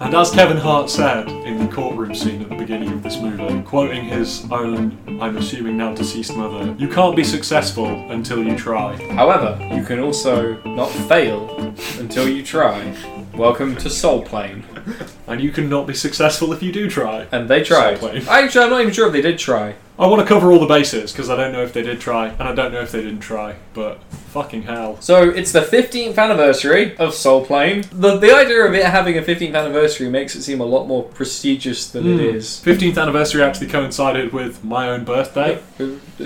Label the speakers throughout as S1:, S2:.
S1: And as Kevin Hart said in the courtroom scene at the beginning of this movie, quoting his own, I'm assuming now deceased mother, you can't be successful until you try.
S2: However, you can also not fail until you try. Welcome to Soul Plane.
S1: And you can not be successful if you do try.
S2: And they tried.
S1: Soul Plane.
S2: Actually, I'm not even sure if they did try.
S1: I want to cover all the bases because I don't know if they did try and I don't know if they didn't try, but fucking hell.
S2: So it's the 15th anniversary of Soul Plane. The, the idea of it having a 15th anniversary makes it seem a lot more prestigious than
S1: Hmm.
S2: it is.
S1: 15th anniversary actually coincided with my own birthday.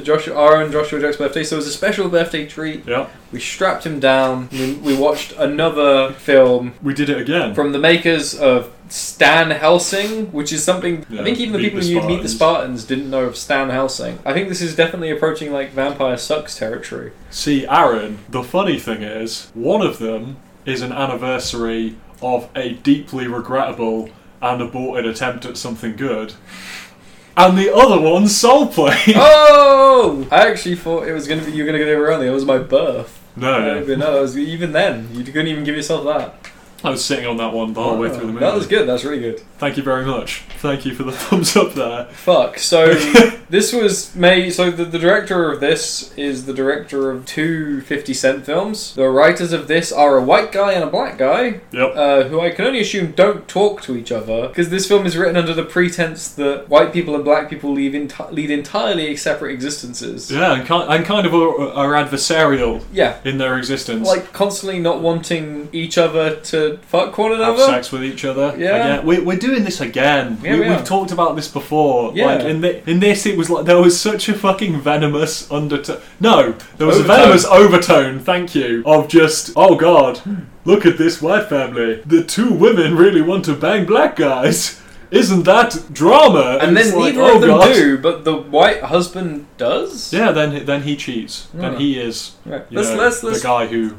S2: Joshua, our own Joshua Jack's birthday, so it was a special birthday treat.
S1: Yeah.
S2: We strapped him down. We, we watched another film
S1: We did it again.
S2: from the makers of Stan Helsing, which is something
S1: Yeah,
S2: I think even the
S1: Meet
S2: people
S1: the
S2: who meet the
S1: Spartans.
S2: Spartans didn't know of Stan Helsing. I think this is definitely approaching like Vampire Sucks territory.
S1: See, Aaron, the funny thing is, one of them is an anniversary of a deeply regrettable and aborted attempt at something good, and the other one's Soul Plane.
S2: oh! I actually thought it was gonna be you were gonna get it wrong. It was my birth.
S1: no, no,
S2: But no, it was, even then you couldn't even give yourself that.
S1: I was sitting on that one the whole way
S2: Oh,
S1: through the movie.
S2: that was good. That's really good.
S1: Thank you very much. Thank you for the thumbs up there.
S2: Fuck. So this was made. So the, the director of this is the director of two 50 Cent films. The writers of this are a white guy and a black guy,
S1: Yep.
S2: uh, who I can only assume don't talk to each other because this film is written under the pretense that white people and black people lead, enti- lead entirely separate existences.
S1: Yeah, and kind, and kind of are, are adversarial
S2: Yeah,
S1: in their existence.
S2: Like constantly not wanting each other to fuck one
S1: have
S2: another.
S1: sex with each other.
S2: Yeah.
S1: Again. We, we're doing this again.
S2: Yeah,
S1: we,
S2: we are.
S1: have talked about this before.
S2: Yeah.
S1: Like in, thi- in this, it was like there was such a fucking venomous undertone. No, there was
S2: Overtone.
S1: a venomous overtone. Thank you. Of just oh god, look at this white family. The two women really want to bang black guys. Isn't that drama?
S2: And
S1: It's
S2: then
S1: like,
S2: neither
S1: oh
S2: of them
S1: God.
S2: do, but the white husband does.
S1: Yeah, then then he cheats. Then
S2: Yeah.
S1: he is
S2: Right.
S1: you
S2: Oh. Let's
S1: know,
S2: let's let's.
S1: the guy who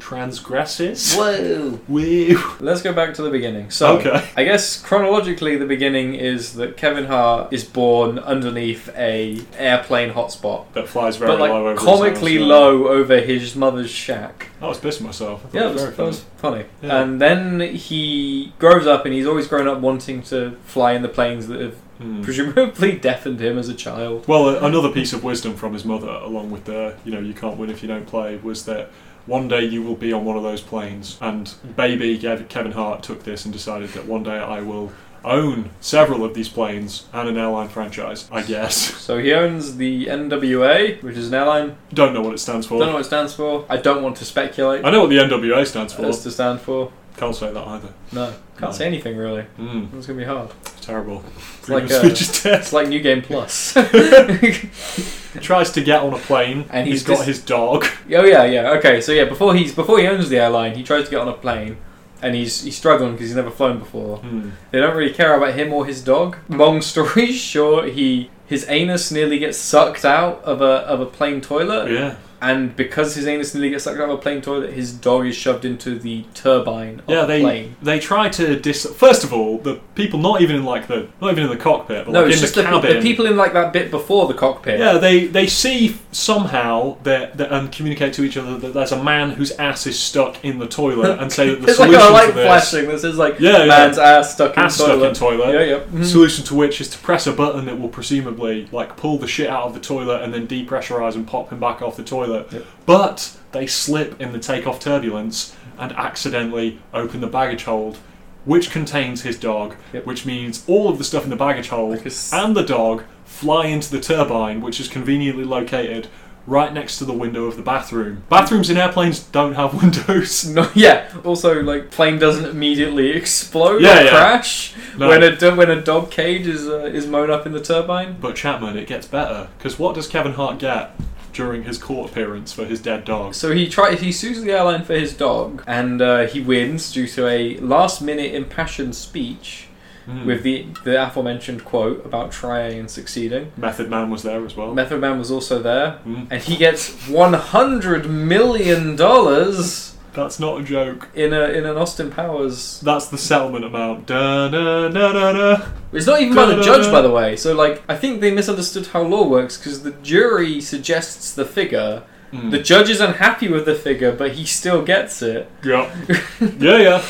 S1: transgresses.
S2: Whoa.
S1: Woo.
S2: Let's go back to the beginning. So,
S1: Okay.
S2: I guess chronologically, the beginning is that Kevin Hart is born underneath a airplane hotspot,
S1: That flies very
S2: but
S1: low
S2: like
S1: over
S2: comically
S1: his house, yeah.
S2: low over his mother's shack.
S1: I was pissing myself. I thought
S2: Yeah,
S1: it was very
S2: that
S1: funny.
S2: was funny.
S1: Yeah.
S2: And then he grows up, and he's always grown up wanting to fly in the planes that have
S1: Hmm.
S2: presumably deafened him as a child.
S1: Well, a- another piece of wisdom from his mother, along with the, you know, you can't win if you don't play, was that one day you will be on one of those planes. And baby Kev- Kevin Hart took this and decided that one day I will own several of these planes and an airline franchise, I guess.
S2: So he owns the NWA, which is an airline.
S1: Don't know what it stands
S2: Don't know
S1: for.
S2: what it stands for. I don't want to speculate
S1: I know what the NWA stands
S2: what
S1: for.
S2: it's to stand for.
S1: Can't say that either.
S2: No,
S1: No.
S2: can't say anything really.
S1: Mm,
S2: It's gonna be hard.
S1: terrible.
S2: It's like,
S1: Previous
S2: uh,
S1: speech test.
S2: It's like New Game Plus.
S1: Tries to get on a plane,
S2: And
S1: and
S2: he's
S1: he's got
S2: dis-
S1: his dog.
S2: Oh yeah, yeah. Okay, so yeah, before he's before he owns the airline, he tries to get on a plane, and he's he's struggling because he's never flown before.
S1: Hmm.
S2: They don't really care about him or his dog. Long story short, he his anus nearly gets sucked out of a of a plane toilet,
S1: Yeah.
S2: and because his anus nearly gets sucked out of a plane toilet, his dog is shoved into the turbine of
S1: Yeah,
S2: the
S1: they
S2: plane.
S1: they try to dis. First of all, the people not even in like the not even in the cockpit, but
S2: No,
S1: like
S2: it's
S1: in
S2: just
S1: the
S2: the,
S1: cabin.
S2: the people in like that bit before the cockpit.
S1: Yeah, they they see somehow that, that and communicate to each other that there's a man whose ass is stuck in the toilet, and say that the
S2: There's like
S1: solution
S2: a light
S1: to this
S2: flashing that says like
S1: Yeah, yeah.
S2: man's ass stuck in
S1: ass stuck in
S2: toilet.
S1: toilet.
S2: yeah, yeah. Mhm.
S1: Solution to which is to press a button that will presumably like pull the shit out of the toilet and then depressurize and pop him back off the toilet.
S2: Yep.
S1: But they slip in the takeoff turbulence and accidentally open the baggage hold, which contains his dog,
S2: Yep.
S1: which means all of the stuff in the baggage hold
S2: Like a s-
S1: and the dog fly into the turbine, which is conveniently located right next to the window of the bathroom. Bathrooms in airplanes don't have windows.
S2: No, yeah. Also, like, plane doesn't immediately explode
S1: Yeah,
S2: or
S1: yeah.
S2: crash
S1: No.
S2: when a do- when a dog cage is uh, is mown up in the turbine.
S1: But Chapman, it gets better because what does Kevin Hart get during his court appearance for his dead dog?
S2: So he try he sues the airline for his dog, and uh, he wins due to a last minute impassioned speech
S1: Hmm.
S2: with the the aforementioned quote about trying and succeeding.
S1: Method Man was there as well.
S2: Method Man was also there,
S1: Hmm.
S2: and he gets one hundred million dollars
S1: That's not a joke.
S2: in a in an Austin Powers
S1: That's the settlement amount. Da, na, na, na, na.
S2: It's not even by the judge, by the way. So, like, I think they misunderstood how law works because the jury suggests the figure.
S1: Mm.
S2: The judge is unhappy with the figure, but he still gets it.
S1: yeah. yeah, yeah.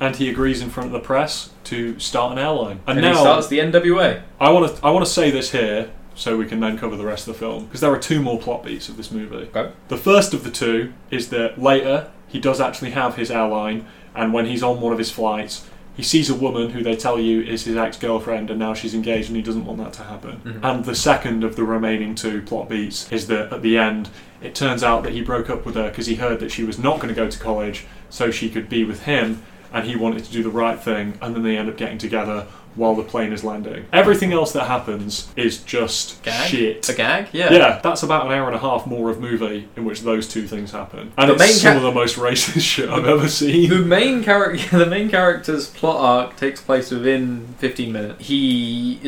S1: and he agrees in front of the press to start an airline. And,
S2: And,
S1: now
S2: he starts the NWA.
S1: I want to I want to say this here so we can then cover the rest of the film because there are two more plot beats of this movie.
S2: Okay.
S1: The first of the two is that later he does actually have his airline, and when he's on one of his flights. He sees a woman who they tell you is his ex girlfriend, and now she's engaged, and he doesn't want that to happen.
S2: Mhm.
S1: And the second of the remaining two plot beats is that at the end, it turns out that he broke up with her because he heard that she was not going to go to college, so she could be with him, and he wanted to do the right thing, and then they end up getting together while the plane is landing. Everything else that happens is just
S2: Gag?
S1: shit.
S2: A gag?
S1: Yeah. that's about an hour and a half more of movie in which those two things happen, and
S2: The
S1: it's
S2: main
S1: some
S2: ca-
S1: of the most racist shit I've ever seen.
S2: The main character, the main character's plot arc takes place within 15 minutes. He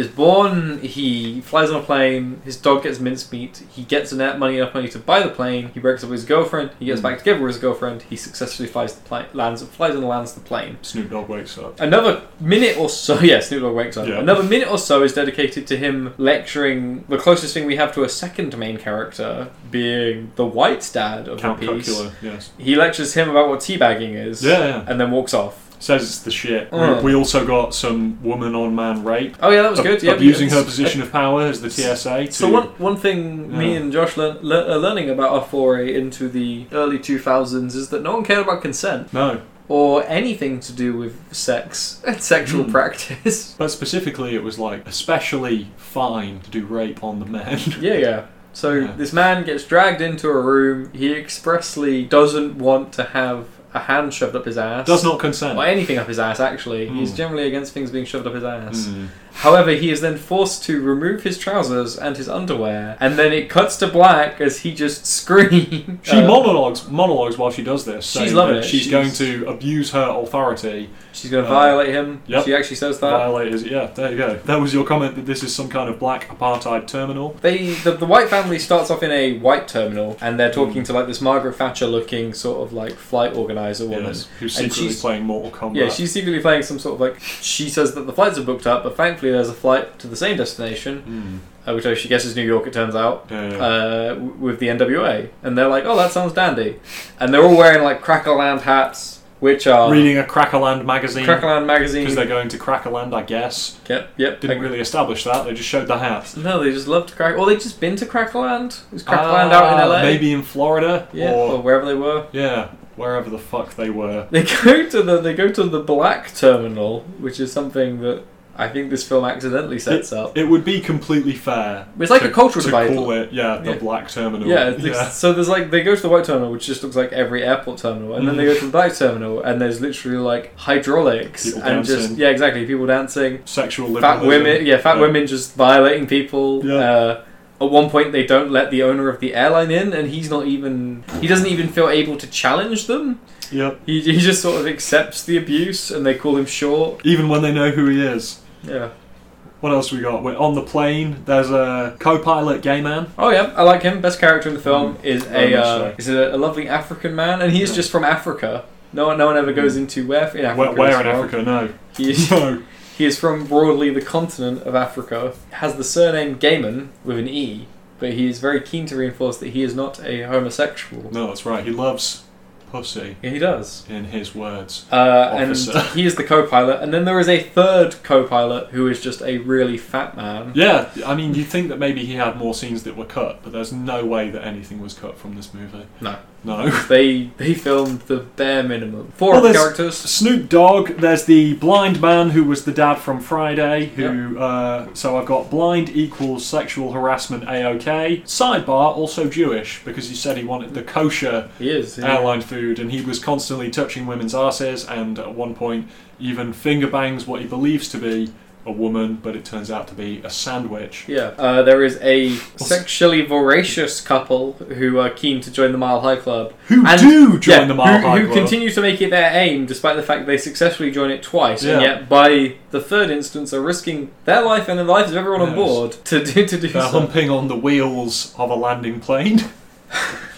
S2: is born. He flies on a plane. His dog gets mincemeat. He gets enough money, enough money to buy the plane. He breaks up with his girlfriend. He gets
S1: Hmm.
S2: back together with his girlfriend. He successfully flies the plane, lands, flies and lands the plane.
S1: Snoop Dogg wakes up.
S2: Another minute or so, yeah, Snoop Dogg wakes up.
S1: Yeah.
S2: Another minute or so is dedicated to him lecturing. The closest thing we have to a second main character being the white dad of
S1: Count
S2: the piece.
S1: Cocula, yes.
S2: He lectures him about what teabagging is.
S1: Yeah, yeah.
S2: And then walks off.
S1: Says it's the shit. We-
S2: Mm.
S1: We also got some woman on man rape.
S2: Oh yeah, that was
S1: Ab-
S2: good. Yeah,
S1: abusing
S2: because-
S1: her position of power as the TSA. To,
S2: So one one thing me
S1: Yeah.
S2: and Josh learn, le- are learning about our foray into the early two thousands is that no one cared about consent
S1: No,
S2: or anything to do with sex and sexual
S1: Hmm.
S2: practice.
S1: but specifically, it was like especially fine to do rape on the men.
S2: yeah, yeah. So
S1: Yeah.
S2: this man gets dragged into a room. He expressly doesn't want to have a hand shoved up his ass.
S1: Does not consent.
S2: Or anything up his ass, actually. He's
S1: Hmm.
S2: generally against things being shoved up his ass.
S1: Mm.
S2: However, he is then forced to remove his trousers and his underwear, and then it cuts to black as he just screams.
S1: She
S2: Uh,
S1: monologues monologues while she does this.
S2: She's
S1: saying
S2: loving
S1: that
S2: it.
S1: She's,
S2: She's-
S1: going to abuse her authority.
S2: She's going
S1: uh,
S2: to violate him.
S1: yep.
S2: She actually says that.
S1: Violators. Yeah, there you go. That was your comment that this is some kind of black apartheid terminal.
S2: They the, the white family starts off in a white terminal, and they're
S1: Mm.
S2: talking to like this Margaret Thatcher looking sort of like flight organizer woman.
S1: Yes, who's secretly
S2: she's-
S1: playing Mortal Kombat.
S2: Yeah, she's secretly playing some sort of like. She says that the flights are booked up, but thankfully there's a flight to the same destination,
S1: Mm.
S2: uh, which she guesses New York. It turns out.
S1: Yeah, yeah.
S2: uh, w- with the NWA, and they're like, "Oh, that sounds dandy," and they're all wearing like Crackerland hats, which are
S1: Reading a Crackerland magazine
S2: Crackerland magazine.
S1: because they're going to Crackerland, I guess.
S2: Yep, yep.
S1: Didn't really establish that. They just showed the hat.
S2: No, they just love to crack. Or they just been to Crackerland. Is Crackerland out
S1: Ah,
S2: in LA?
S1: Maybe in Florida.
S2: Yeah,
S1: Or,
S2: or, wherever they were.
S1: yeah, wherever the fuck they were.
S2: They go to the they go to the black terminal, which is something that I think this film accidentally sets up.
S1: It would be completely fair.
S2: It's like
S1: to,
S2: a cultural
S1: to
S2: divide.
S1: call it, yeah, the
S2: Yeah.
S1: black terminal.
S2: Yeah, it's- so there's like they go to the white terminal, which just looks like every airport terminal, and then they go to the black terminal, and there's literally like hydraulics
S1: People
S2: and just
S1: dancing.
S2: yeah, exactly, people dancing,
S1: sexual
S2: fat
S1: liberalism.
S2: women, yeah, fat
S1: Yeah.
S2: women just violating people.
S1: Yeah.
S2: Uh, at one point, they don't let the owner of the airline in, and he's not even he doesn't even feel able to challenge them.
S1: Yep.
S2: He, he just sort of accepts the abuse, and they call him short.
S1: Even when they know who he is.
S2: Yeah.
S1: What else we got? We're on the plane. There's a co-pilot gay man.
S2: Oh yeah, I like him. Best character in the film is
S1: Mm-hmm. very
S2: a
S1: much
S2: uh,
S1: so.
S2: is a, a lovely African man, and he is
S1: Yeah. Mm.
S2: just from Africa. No one, no one ever goes into where in Africa.
S1: where where
S2: as
S1: in
S2: well.
S1: Africa? No.
S2: He is,
S1: no.
S2: he is from broadly the continent of Africa. Has the surname Gaiman with an E, but he is very keen to reinforce that he is not a homosexual.
S1: No, that's right. He loves pussy,
S2: Yeah, he does.
S1: in his words.
S2: Uh, and
S1: Officer.
S2: he is the co-pilot, and then there is a third co-pilot who is just a really fat man.
S1: Yeah, I mean, you'd think that maybe he had more scenes that were cut, but there's no way that anything was cut from this movie.
S2: No.
S1: No.
S2: They they filmed the bare minimum. Four
S1: Well,
S2: of the
S1: there's-
S2: characters.
S1: Snoop Dogg, there's the blind man who was the dad from Friday, who, uh, so I've got blind equals sexual harassment AOK. Sidebar, also Jewish, because he said he wanted the kosher
S2: He is. he-
S1: airline food and he was constantly touching women's asses and at one point even finger bangs what he believes to be a woman, but it turns out to be a sandwich.
S2: Yeah, uh, there is a sexually voracious couple who are keen to join the Mile High Club.
S1: Who
S2: And-
S1: do join
S2: Yeah,
S1: the Mile
S2: who,
S1: High
S2: who
S1: Club.
S2: continue to make it their aim, despite the fact they successfully join it twice, and
S1: Yeah.
S2: yet by the third instance are risking their life and the lives of everyone on
S1: Yes.
S2: board to do to do
S1: They're
S2: so.
S1: humping on the wheels of a landing plane.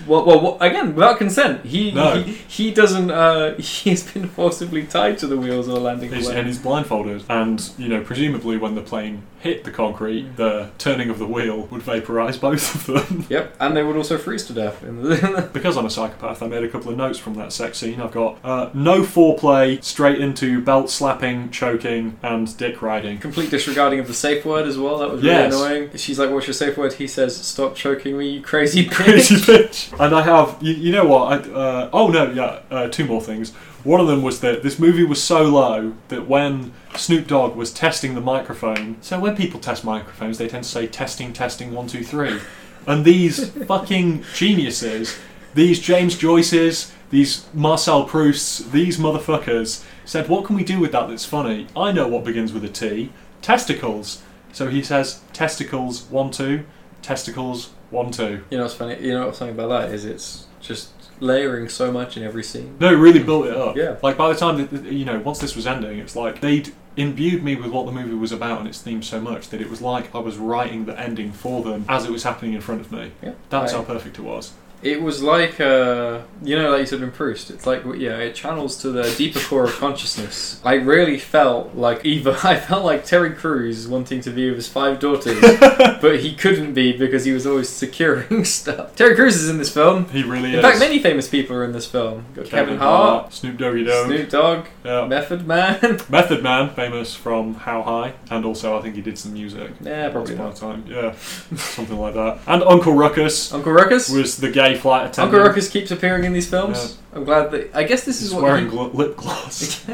S2: Well, well, well, again, without consent. He
S1: No.
S2: he, he doesn't. Uh, he's been forcibly tied to the wheels of a landing
S1: He's, and
S2: plane.
S1: he's blindfolded, and you know, presumably when the plane hit the concrete, the turning of the wheel would vaporize both of them.
S2: Yep, and they would also freeze to death. In the,
S1: Because I'm a psychopath, I made a couple of notes from that sex scene. I've got uh, no foreplay, straight into belt slapping, choking, and dick riding.
S2: complete disregarding of the safe word as well. That was
S1: Yes.
S2: really annoying. She's like, "What's your safe word?" He says, "Stop choking me, you crazy
S1: Crazy
S2: bitch."
S1: bitch. And I have, you, you know what? I, uh, oh no, yeah, uh, two more things. One of them was that this movie was so low that when Snoop Dogg was testing the microphone, so when people test microphones, they tend to say testing, testing, one, two, three. And these fucking geniuses, these James Joyces, these Marcel Prousts, these motherfuckers said, What can we do with that that's funny? I know what begins with a T testicles. So he says, testicles, one, two, testicles, one, two.
S2: You know what's funny? You know what's funny about that is it's just layering so much in every scene.
S1: No, it really built it up.
S2: Yeah.
S1: Like by the time that you know, once this was ending, it's like they'd imbued me with what the movie was about and its theme so much that it was like I was writing the ending for them as it was happening in front of me.
S2: Yeah,
S1: That's
S2: I-
S1: how perfect it was.
S2: It was like, uh, you know, like you said in Proust, it's like, yeah, it channels to the deeper core of consciousness. I really felt like either, I felt like Terry Crews wanting to be with his five daughters, but he couldn't be because he was always securing stuff. Terry Crews is in this film.
S1: He really
S2: In
S1: is.
S2: fact, many famous people are in this film. Got Kevin, Hart, Oh.
S1: Snoop Doggy Dogg,
S2: Snoop Dogg,
S1: yeah.
S2: Method Man.
S1: Method Man, famous from How High, and also I think he did some music.
S2: nah, probably
S1: Once
S2: not.
S1: upon a time, yeah, something like that. And Uncle Ruckus
S2: Uncle Ruckus.
S1: was the gay flight attendant.
S2: Uncle Ruckus keeps appearing in these films. I'm glad that. I guess this is
S1: He's
S2: what
S1: wearing
S2: he-
S1: gl- lip gloss.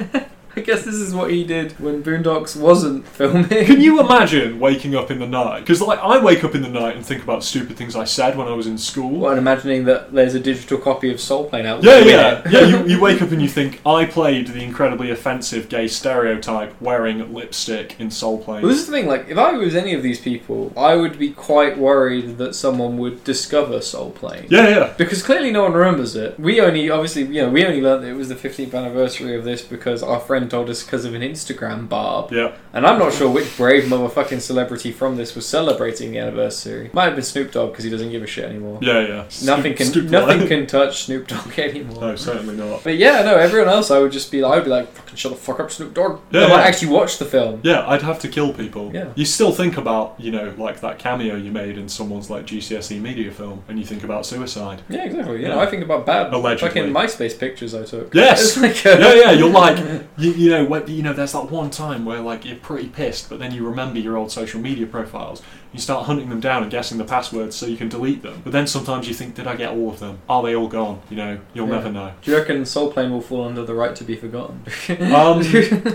S2: I guess this is what he did when Boondocks wasn't filming.
S1: Can you uh, imagine waking up in the night? Because like I wake up in the night and think about stupid things I said when I was in school.
S2: Well, and imagining that there's a digital copy of Soul Plane out
S1: Yeah,
S2: there.
S1: yeah, yeah. You, you wake up and you think I played the incredibly offensive gay stereotype wearing lipstick in Soul Plane.
S2: Well, this is the thing. Like, if I was any of these people, I would be quite worried that someone would discover Soul Plane.
S1: yeah, yeah.
S2: Because clearly no one remembers it. We only, obviously, you know, we only learnt that it was the 15th anniversary of this because our friend told us because of an Instagram barb.
S1: Yeah,
S2: And I'm not sure which brave motherfucking celebrity from this was celebrating the anniversary. Might have been Snoop Dogg because he doesn't give a shit anymore.
S1: yeah, yeah.
S2: Nothing can
S1: Stupid
S2: nothing
S1: line.
S2: can touch Snoop Dogg anymore.
S1: No, certainly not.
S2: But yeah, no, everyone else I would just be like, I would be like, fucking shut the fuck up, Snoop Dogg.
S1: Yeah,
S2: I might
S1: yeah.
S2: actually watch the film.
S1: Yeah, I'd have to kill people.
S2: Yeah.
S1: You still think about, you know, like that cameo you made in someone's like GCSE E media film, and you think about suicide.
S2: Yeah, exactly. You know,
S1: Yeah.
S2: I think about bad
S1: Allegedly.
S2: fucking MySpace pictures I took.
S1: Yes.
S2: It's like uh, a-
S1: yeah, yeah. You're like, you, you know, when, you know. There's that one time where like you're pretty pissed, but then you remember your old social media profiles. You start hunting them down and guessing the passwords so you can delete them. But then sometimes you think, did I get all of them? Are they all gone? You know, you'll
S2: Yeah.
S1: never know.
S2: Do you reckon Soul Plane will fall under the right to be forgotten?
S1: Um,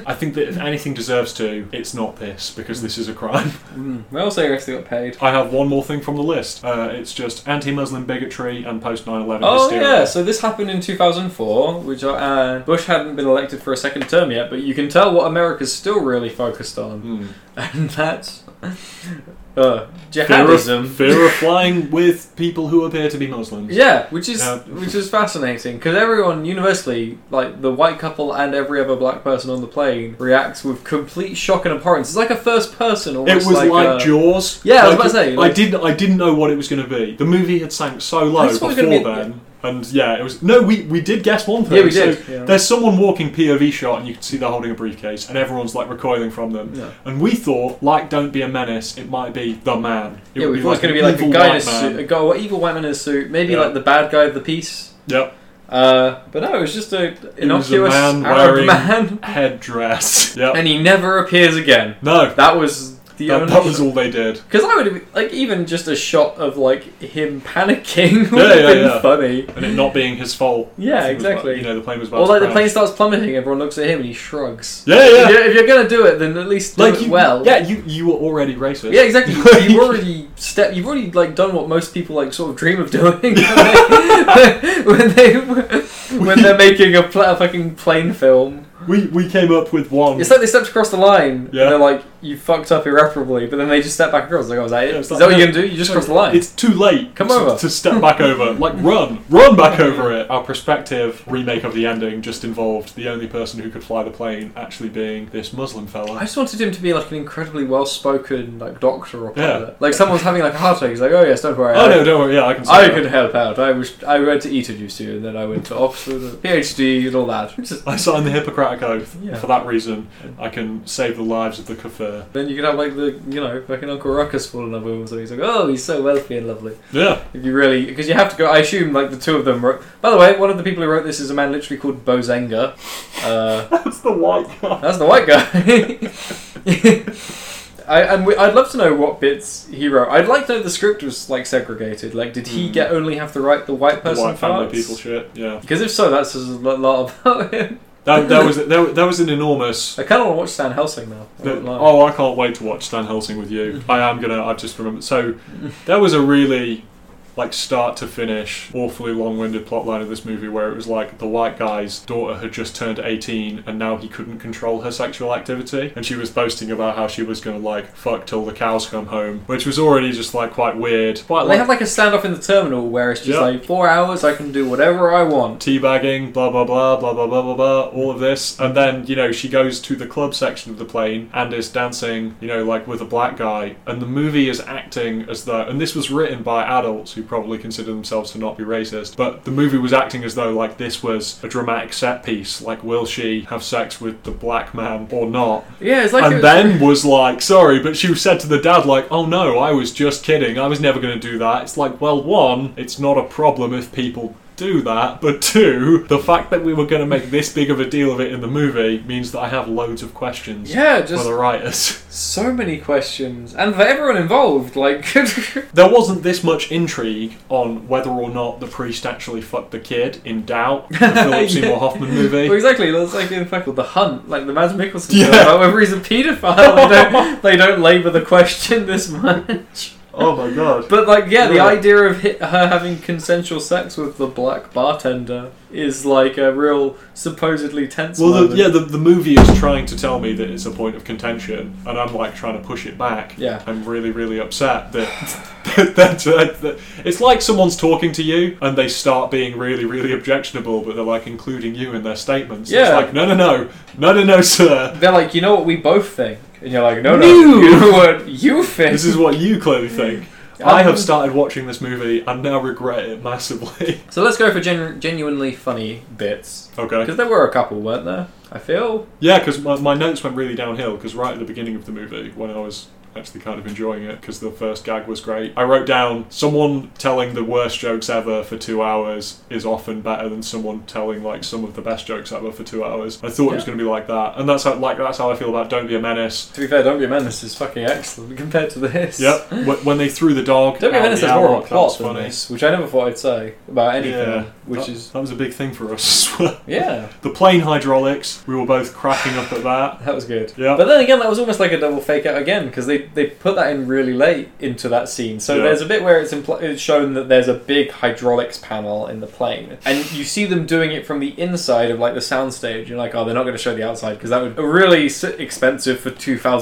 S1: I think that if anything deserves to, it's not this because this is a crime.
S2: Mm. Well, so yes, they got paid.
S1: I have one more thing from the list. Uh, it's just anti-Muslim bigotry and post 9/11
S2: Oh
S1: hysteria.
S2: yeah, so this happened in 2004, which uh, Bush hadn't been elected for a second term yet, but you can tell what America's still really focused on,
S1: Hmm.
S2: and that's uh,
S1: Fear,
S2: jihadism.
S1: of, fear of flying with people who appear to be Muslims.
S2: Yeah, which is
S1: Yeah.
S2: which is fascinating because everyone universally, like the white couple and every other black person on the plane, reacts with complete shock and abhorrence. It's like a first person, almost uh,
S1: It was like,
S2: a-
S1: Jaws.
S2: Yeah, I was
S1: Like,
S2: about to say, like-
S1: I didn't. I didn't know what it was going to be. The movie had sank so low
S2: I just thought
S1: before
S2: it was gonna be-
S1: then, and yeah, it was. No, we we did guess one thing.
S2: yeah, we
S1: so
S2: did. yeah.
S1: There's someone walking POV shot, and you can see they're holding a briefcase, and everyone's like recoiling from them.
S2: Yeah.
S1: And we thought, like, don't be a menace. It might be the man. It
S2: yeah,
S1: would
S2: we thought it was
S1: an
S2: going to be
S1: evil
S2: like a guy in a
S1: white
S2: suit,
S1: man.
S2: a guy, well, evil white man in a suit, maybe
S1: Yeah.
S2: like the bad guy of the piece.
S1: Yep,
S2: Uh, but no, it was just a innocuous
S1: man
S2: Arab
S1: wearing-
S2: man,
S1: headdress. Yep.
S2: and he never appears again.
S1: no, that,
S2: That was the only.
S1: that was all they did.
S2: because I would have like even just a shot of like him panicking would
S1: Yeah,
S2: have
S1: yeah,
S2: been
S1: yeah.
S2: funny.
S1: And it not being his fault.
S2: Yeah,
S1: I think it was about-
S2: exactly.
S1: you know, the plane was about.
S2: Or
S1: to
S2: like the
S1: crash.
S2: plane starts plummeting, everyone looks at him and he shrugs.
S1: Yeah,
S2: If
S1: yeah.
S2: you're, if you're gonna do it, then at least do
S1: Like
S2: it
S1: you,
S2: well.
S1: yeah, you you were already racist.
S2: Yeah, exactly.
S1: Like-
S2: You've already step. You've already like done what most people like sort of dream of doing when they when they when they're making a, pla- a fucking plane film.
S1: We we came up with one.
S2: It's like they stepped across the line.
S1: Yeah.
S2: And they're like, you fucked up irreparably, but then they just step back across. Like, oh, is that it?
S1: Yeah,
S2: is
S1: it's
S2: that
S1: like,
S2: what
S1: no,
S2: you're gonna do? You just
S1: no,
S2: crossed the line.
S1: It's too late.
S2: Come
S1: to,
S2: over.
S1: to step back over. Like run, run back over it. Our prospective remake of the ending just involved the only person who could fly the plane actually being this Muslim
S2: I
S1: fella.
S2: just wanted him to be like an incredibly well-spoken like doctor or
S1: Yeah.
S2: pilot. Like someone's having like a heart attack. He's like, oh yes, don't worry.
S1: Oh
S2: I-
S1: no, don't worry. Yeah, I can.
S2: I
S1: say that.
S2: could help out. I was I went to Eton you and then I went to Oxford, and PhD, and all that. Which is-
S1: I signed the Hippocratic Oath.
S2: Yeah.
S1: For that reason, I can save the lives of the kafir.
S2: Then you could have like the you know fucking Uncle Ruckus fall in love with him. So he's like, oh, he's so wealthy and lovely.
S1: Yeah.
S2: If you really, because you have to go. I assume like the two of them. Wrote, by the way, one of the people who wrote this is a man literally called Bozenga. Uh,
S1: That's the white guy.
S2: that's the white guy. I, and we, I'd love to know what bits he wrote. I'd like to know if the script was like segregated. Like, did he
S1: Hmm.
S2: get only have to write the white
S1: The
S2: person
S1: white family
S2: parts?
S1: people shit. Yeah.
S2: Because if so, that says a lo- lot about him.
S1: That, that was that, that was an enormous.
S2: I kind of want to watch Stan Helsing now. I
S1: that-
S2: won't lie.
S1: oh, I can't wait to watch Stan Helsing with you. I am gonna. I've just remembered. So that was a really like start to finish awfully long-winded plot line of this movie where it was like the white guy's daughter had just turned 18 and now he couldn't control her sexual activity and she was boasting about how she was going to like fuck till the cows come home which was already just like quite weird quite
S2: Well, they have like a standoff in the terminal where it's just
S1: Yeah.
S2: like four hours. I can do whatever I want.
S1: teabagging, blah blah blah blah blah blah blah blah, all of this, and then you know she goes to the club section of the plane and is dancing, you know, like with a black guy, and the movie is acting as though, and this was written by adults who probably consider themselves to not be racist, but the movie was acting as though like this was a dramatic set piece, like will she have sex with the black man or not,
S2: Yeah, it's like it
S1: and
S2: was-
S1: then was like, sorry, but she said to the dad, like, oh no, I was just kidding. I was never going to do that. It's like, well, one, it's not a problem if people do that, but two, the fact that we were going to make this big of a deal of it in the movie means that I have loads of questions
S2: yeah,
S1: for
S2: just
S1: the writers.
S2: so many questions, and for everyone involved, like
S1: There wasn't this much intrigue on whether or not the priest actually fucked the kid in doubt, the Philip Seymour Hoffman movie.
S2: well, exactly. That's like in fact the hunt, like the Mads Mikkelsen
S1: Yeah.
S2: film about whether he's a paedophile. they, don't, they don't labour the question this much.
S1: Oh my god.
S2: But like, yeah, the
S1: Yeah.
S2: idea of hi her having consensual sex with the black bartender is like a real supposedly tense.
S1: Well, the,
S2: moment.
S1: yeah, the, the movie is trying to tell me that it's a point of contention, and I'm like trying to push it back.
S2: Yeah.
S1: I'm really, really upset that. that, that, that, that- it's like someone's talking to you and they start being really, really objectionable, but they're like including you in their statements. It's
S2: Yeah.
S1: like, no, no, no, no, no, no, sir.
S2: They're like, you know what we both think, and you're like, no, no,
S1: No.
S2: you know what you think.
S1: This is what you clearly think. I
S2: Um,
S1: have started watching this movie and now regret it massively.
S2: So let's go for genu- genuinely funny bits
S1: Okay.
S2: because there were a couple, weren't there? I feel
S1: Yeah, because my, my notes went really downhill because right at the beginning of the movie, when I was actually kind of enjoying it because the first gag was great, I wrote down someone telling the worst jokes ever for two hours is often better than someone telling like some of the best jokes ever for two hours. I thought it was
S2: Yeah.
S1: going to be like that, and that's how like that's how I feel about Don't Be a Menace.
S2: to be fair, Don't Be a Menace is fucking excellent compared to this.
S1: Yep, wh- when they threw the dog.
S2: Don't Be a
S1: out
S2: Menace
S1: the
S2: has more
S1: outlook,
S2: of a
S1: that was
S2: plot than
S1: funny.
S2: this, which I never thought I'd say about anything.
S1: Yeah.
S2: Which
S1: that,
S2: is
S1: that was a big thing for us. as well.
S2: yeah,
S1: the plane hydraulics, we were both cracking up at that.
S2: that was good.
S1: Yeah.
S2: But then again, that was almost like a double fake out again because they, they put that in really late into that scene. So
S1: Yeah.
S2: there's a bit where it's, impl- it's shown that there's a big hydraulics panel in the plane, and you see them doing it from the inside of like the soundstage. You're like, oh, they're not going to show the outside because that would really s- expensive for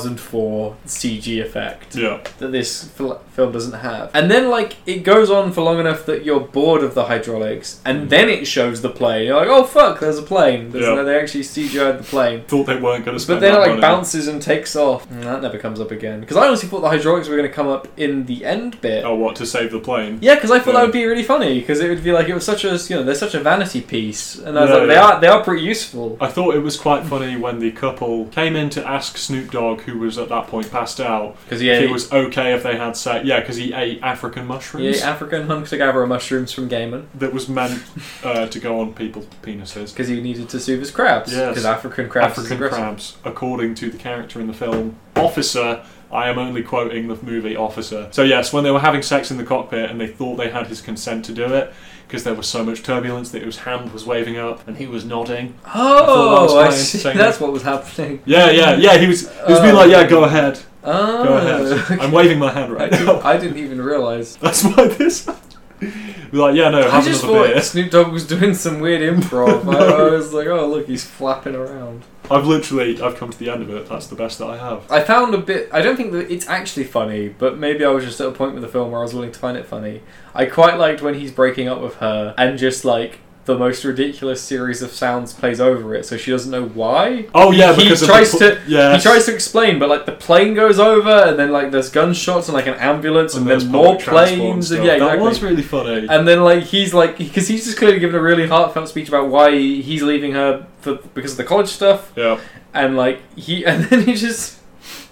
S2: 2004 CG effect
S1: Yeah,
S2: that this fil- film doesn't have. And then like it goes on for long enough that you're bored of the hydraulics, and then it shows the plane. You're like, oh fuck, there's a plane. There's
S1: Mm. Yeah.
S2: no, they actually CGI'd the plane.
S1: thought they weren't going to spend
S2: But then it
S1: that
S2: like
S1: money.
S2: bounces and takes off. And that never comes up again. Because I honestly thought the hydraulics were going to come up in the end bit.
S1: Oh, what to save the plane?
S2: Yeah, because I thought
S1: Yeah.
S2: that would be really funny. Because it would be like it was such a you know they're such a vanity piece, and I was
S1: Yeah,
S2: like they
S1: yeah.
S2: are they are pretty useful.
S1: I thought it was quite funny when the couple came in to ask Snoop Dogg, who was at that point passed out,
S2: Because yeah,
S1: if
S2: he
S1: it was okay if they had sex. Yeah, because he ate African mushrooms
S2: yeah, African hunter gatherer mushrooms from Gaiman.
S1: that was meant uh, to go on people's penises.
S2: Because he needed to soothe his crabs.
S1: Yes.
S2: Because African crabs is
S1: African
S2: aggressive.
S1: crabs, according to the character in the film Officer. I am only quoting the movie Officer. So yes, when they were having sex in the cockpit and they thought they had his consent to do it because there was so much turbulence that his hand was waving up and he was nodding. I thought that
S2: Oh,
S1: was
S2: I
S1: fine,
S2: see.
S1: saying-
S2: That's what was happening.
S1: Yeah, yeah, yeah. He was. He was being
S2: Oh.
S1: like, "Yeah, go ahead,
S2: Oh,
S1: go ahead."
S2: okay.
S1: I'm waving my hand
S2: I
S1: right
S2: didn't-
S1: now.
S2: I didn't even realize.
S1: That's why this. We're like, yeah, no,
S2: I
S1: have
S2: just
S1: another
S2: thought
S1: beer.
S2: Snoop Dogg was doing some weird improv. I, I was like, oh look, he's flapping around.
S1: I've literally I've come to the end of it. That's the best that I have.
S2: I found a bit. I don't think that it's actually funny, but maybe I was just at a point with the film where I was willing to find it funny. I quite liked when he's breaking up with her and just like the most ridiculous series of sounds plays over it, so she doesn't know why.
S1: Oh
S2: He-
S1: yeah,
S2: he
S1: because
S2: tries
S1: of the pl-
S2: to.
S1: yeah
S2: He tries to explain, but like the plane goes over, and then like there's gunshots and like an ambulance, and,
S1: there's
S2: then more
S1: public transport
S2: planes,
S1: stuff.
S2: and yeah,
S1: that
S2: exactly.
S1: was really funny.
S2: And then like he's like because he's just clearly given a really heartfelt speech about why he's leaving her for because of the college stuff,
S1: yeah,
S2: and like he and then he just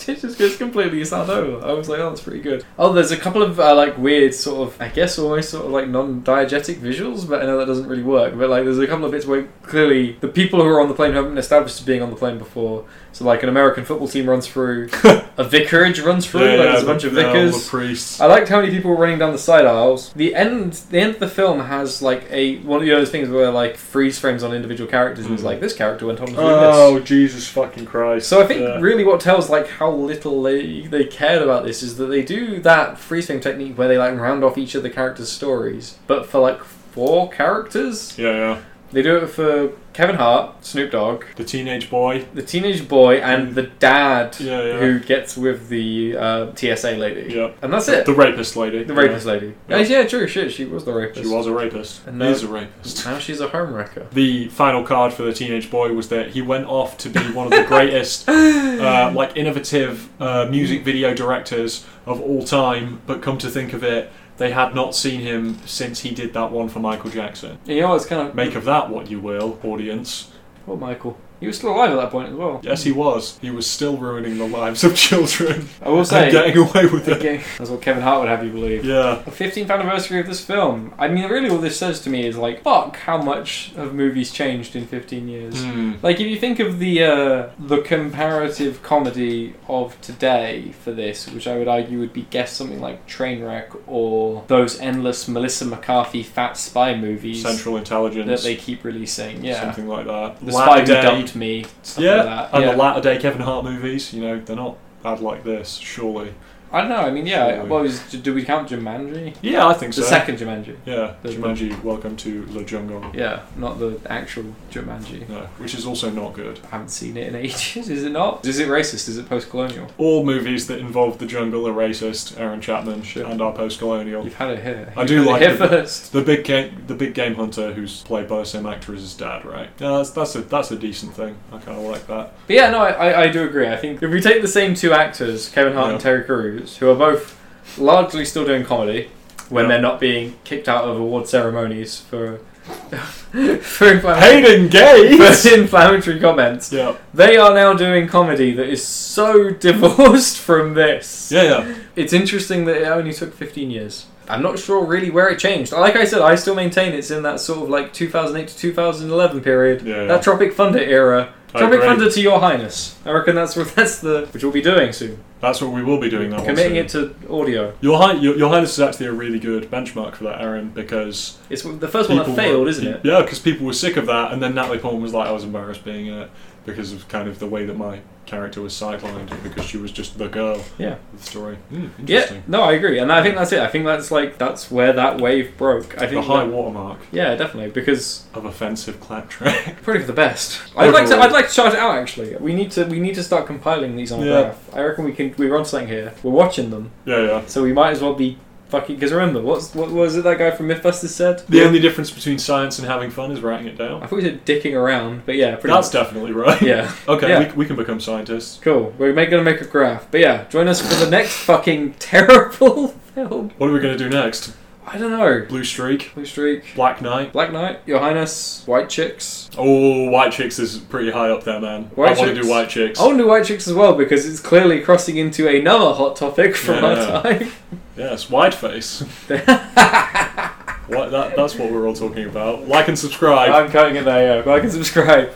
S2: it just goes completely sound over. I was like, oh, that's pretty good. Oh, there's a couple of uh, like weird sort of I guess almost sort of like non-diegetic visuals, but I know that doesn't really work. But like there's a couple of bits where clearly the people who are on the plane haven't been established as being on the plane before. So like an American football team runs through, a vicarage runs through,
S1: yeah,
S2: like
S1: yeah,
S2: there's a bunch of Oh,
S1: yeah, all
S2: vicars.
S1: the priests.
S2: I liked how many people were running down the side aisles. The end, the end of the film has like a one of those things where like freeze frames on individual characters and it's
S1: Mhm.
S2: like this character went on to do
S1: Oh Jesus fucking
S2: this.
S1: Christ!
S2: So I think
S1: Yeah.
S2: really what tells like how little they they cared about this is that they do that freeze frame technique where they like round off each of the characters' stories, but for like four characters,
S1: yeah, yeah,
S2: they do it for Kevin Hart, Snoop Dogg,
S1: the teenage boy.
S2: the teenage boy, and the dad
S1: Mm. Yeah, yeah.
S2: who gets with the uh, TSA lady,
S1: Yeah,
S2: and that's it.
S1: the rapist lady.
S2: The rapist lady.
S1: Yeah.
S2: Yeah. yeah, true. Shit, she was the
S1: Yeah.
S2: rapist.
S1: She was a rapist.
S2: And uh, now-
S1: Is a rapist.
S2: Now she's a home wrecker.
S1: The final card for the teenage boy was that he went off to be one of the greatest, uh, like innovative uh, music video directors of all time. But come to think of it, they had not seen him since he did that one for Michael Jackson.
S2: You know what's kind of
S1: Make of that what you will, audience.
S2: What Michael? He was still alive at that point as well.
S1: Yes, he was. He was still ruining the lives of children
S2: I will say.
S1: and getting away with it.
S2: again, that's what Kevin Hart would have you believe.
S1: Yeah,
S2: The 15th anniversary of this film. I mean, really, all this says to me is like, fuck, how much have movies changed in 15 years?
S1: Hmm.
S2: Like, if you think of the uh, the comparative comedy of today for this, which I would argue would be guess something like Trainwreck or those endless Melissa McCarthy fat spy movies.
S1: Central Intelligence.
S2: that they keep releasing. Yeah,
S1: Something like that.
S2: the
S1: Latter
S2: Spy Who
S1: Day-
S2: Dumped Me. Stuff
S1: Yeah,
S2: like that.
S1: and
S2: yeah.
S1: the latter day Kevin Hart movies, you know, they're not bad like this, surely.
S2: I don't know. I mean, yeah.
S1: Surely.
S2: Well, is, do we count Jumanji?
S1: Yeah, I think
S2: The
S1: so.
S2: second Jumanji.
S1: yeah,
S2: the-
S1: Jumanji, Welcome to the Jungle.
S2: Yeah, not the actual Jumanji.
S1: No, which is also not good.
S2: I haven't seen it in ages. Is it not? Is it racist? Is it post-colonial?
S1: All movies that involve the jungle are racist. Aaron Chapman
S2: Sure.
S1: and are post-colonial.
S2: You've had it here.
S1: I
S2: You've
S1: do
S2: had it
S1: like
S2: here
S1: the-
S2: first.
S1: The big game, the big game hunter, who's played by the same actor as his dad, right? Yeah, that's that's a that's a decent thing. I kind of like that.
S2: But yeah, no, I, I, I do agree. I think if we take the same two actors, Kevin Hart and
S1: Yeah.
S2: Terry Crews, who are both largely still doing comedy when
S1: Yeah.
S2: they're not being kicked out of award ceremonies for for inflammatory
S1: Hayden
S2: But
S1: Gates.
S2: inflammatory comments.
S1: yeah,
S2: They are now doing comedy that is so divorced from this.
S1: yeah, yeah.
S2: It's interesting that it only took 15 years. I'm not sure really where it changed. Like I said, I still maintain it's in that sort of like 2008 to 2011 period.
S1: Yeah, yeah.
S2: That Tropic Thunder era.
S1: I
S2: Tropic
S1: agree.
S2: Thunder to Your Highness. I reckon that's what that's the which we'll be doing soon.
S1: That's what we will be doing. That one
S2: Committing
S1: soon.
S2: it to audio.
S1: Your, High, your, your Highness is actually a really good benchmark for that, Aaron, because
S2: It's the first one that failed,
S1: were,
S2: isn't it?
S1: Yeah, because people were sick of that, and then Natalie Portman was like, "I was embarrassed being in it because of kind of the way that my character was sidelined because she was just the girl."
S2: Yeah.
S1: of the story. Mm,
S2: Yeah.
S1: interesting.
S2: No, I agree, and I think that's it. I think that's like that's where that wave broke. I
S1: the
S2: think.
S1: high
S2: that-
S1: watermark
S2: yeah, definitely, because
S1: of offensive claptrap.
S2: Probably for the best. I'd like to.
S1: Overall.
S2: I'd like to shout it out. Actually, we need to. We need to start compiling these on a
S1: Yeah.
S2: graph. I reckon we can. We're on something here. We're watching them,
S1: yeah, yeah.
S2: so we might as well be fucking. Because remember, what's what was it that guy from MythBusters said?
S1: The only difference between science and having fun is writing it down.
S2: I thought we said dicking around, but yeah, pretty
S1: That's
S2: much.
S1: definitely right.
S2: Yeah.
S1: Okay,
S2: Yeah.
S1: we, we can become scientists.
S2: Cool. We're make, gonna make a graph, but yeah, join us for the next fucking terrible film.
S1: What are we going to do next?
S2: I don't know.
S1: Blue Streak,
S2: Blue Streak,
S1: Black Knight.
S2: Black Knight, Your Highness, White Chicks.
S1: Oh, White Chicks is pretty high up there, man.
S2: White
S1: I want to
S2: Chicks? Oh,
S1: do White Chicks.
S2: I want to do White Chicks as well because it's clearly crossing into another hot topic from
S1: Yeah.
S2: our time.
S1: Yes, wide face. what, that, that's what we're all talking about. Like and subscribe.
S2: I'm cutting it there, yeah. Like and subscribe.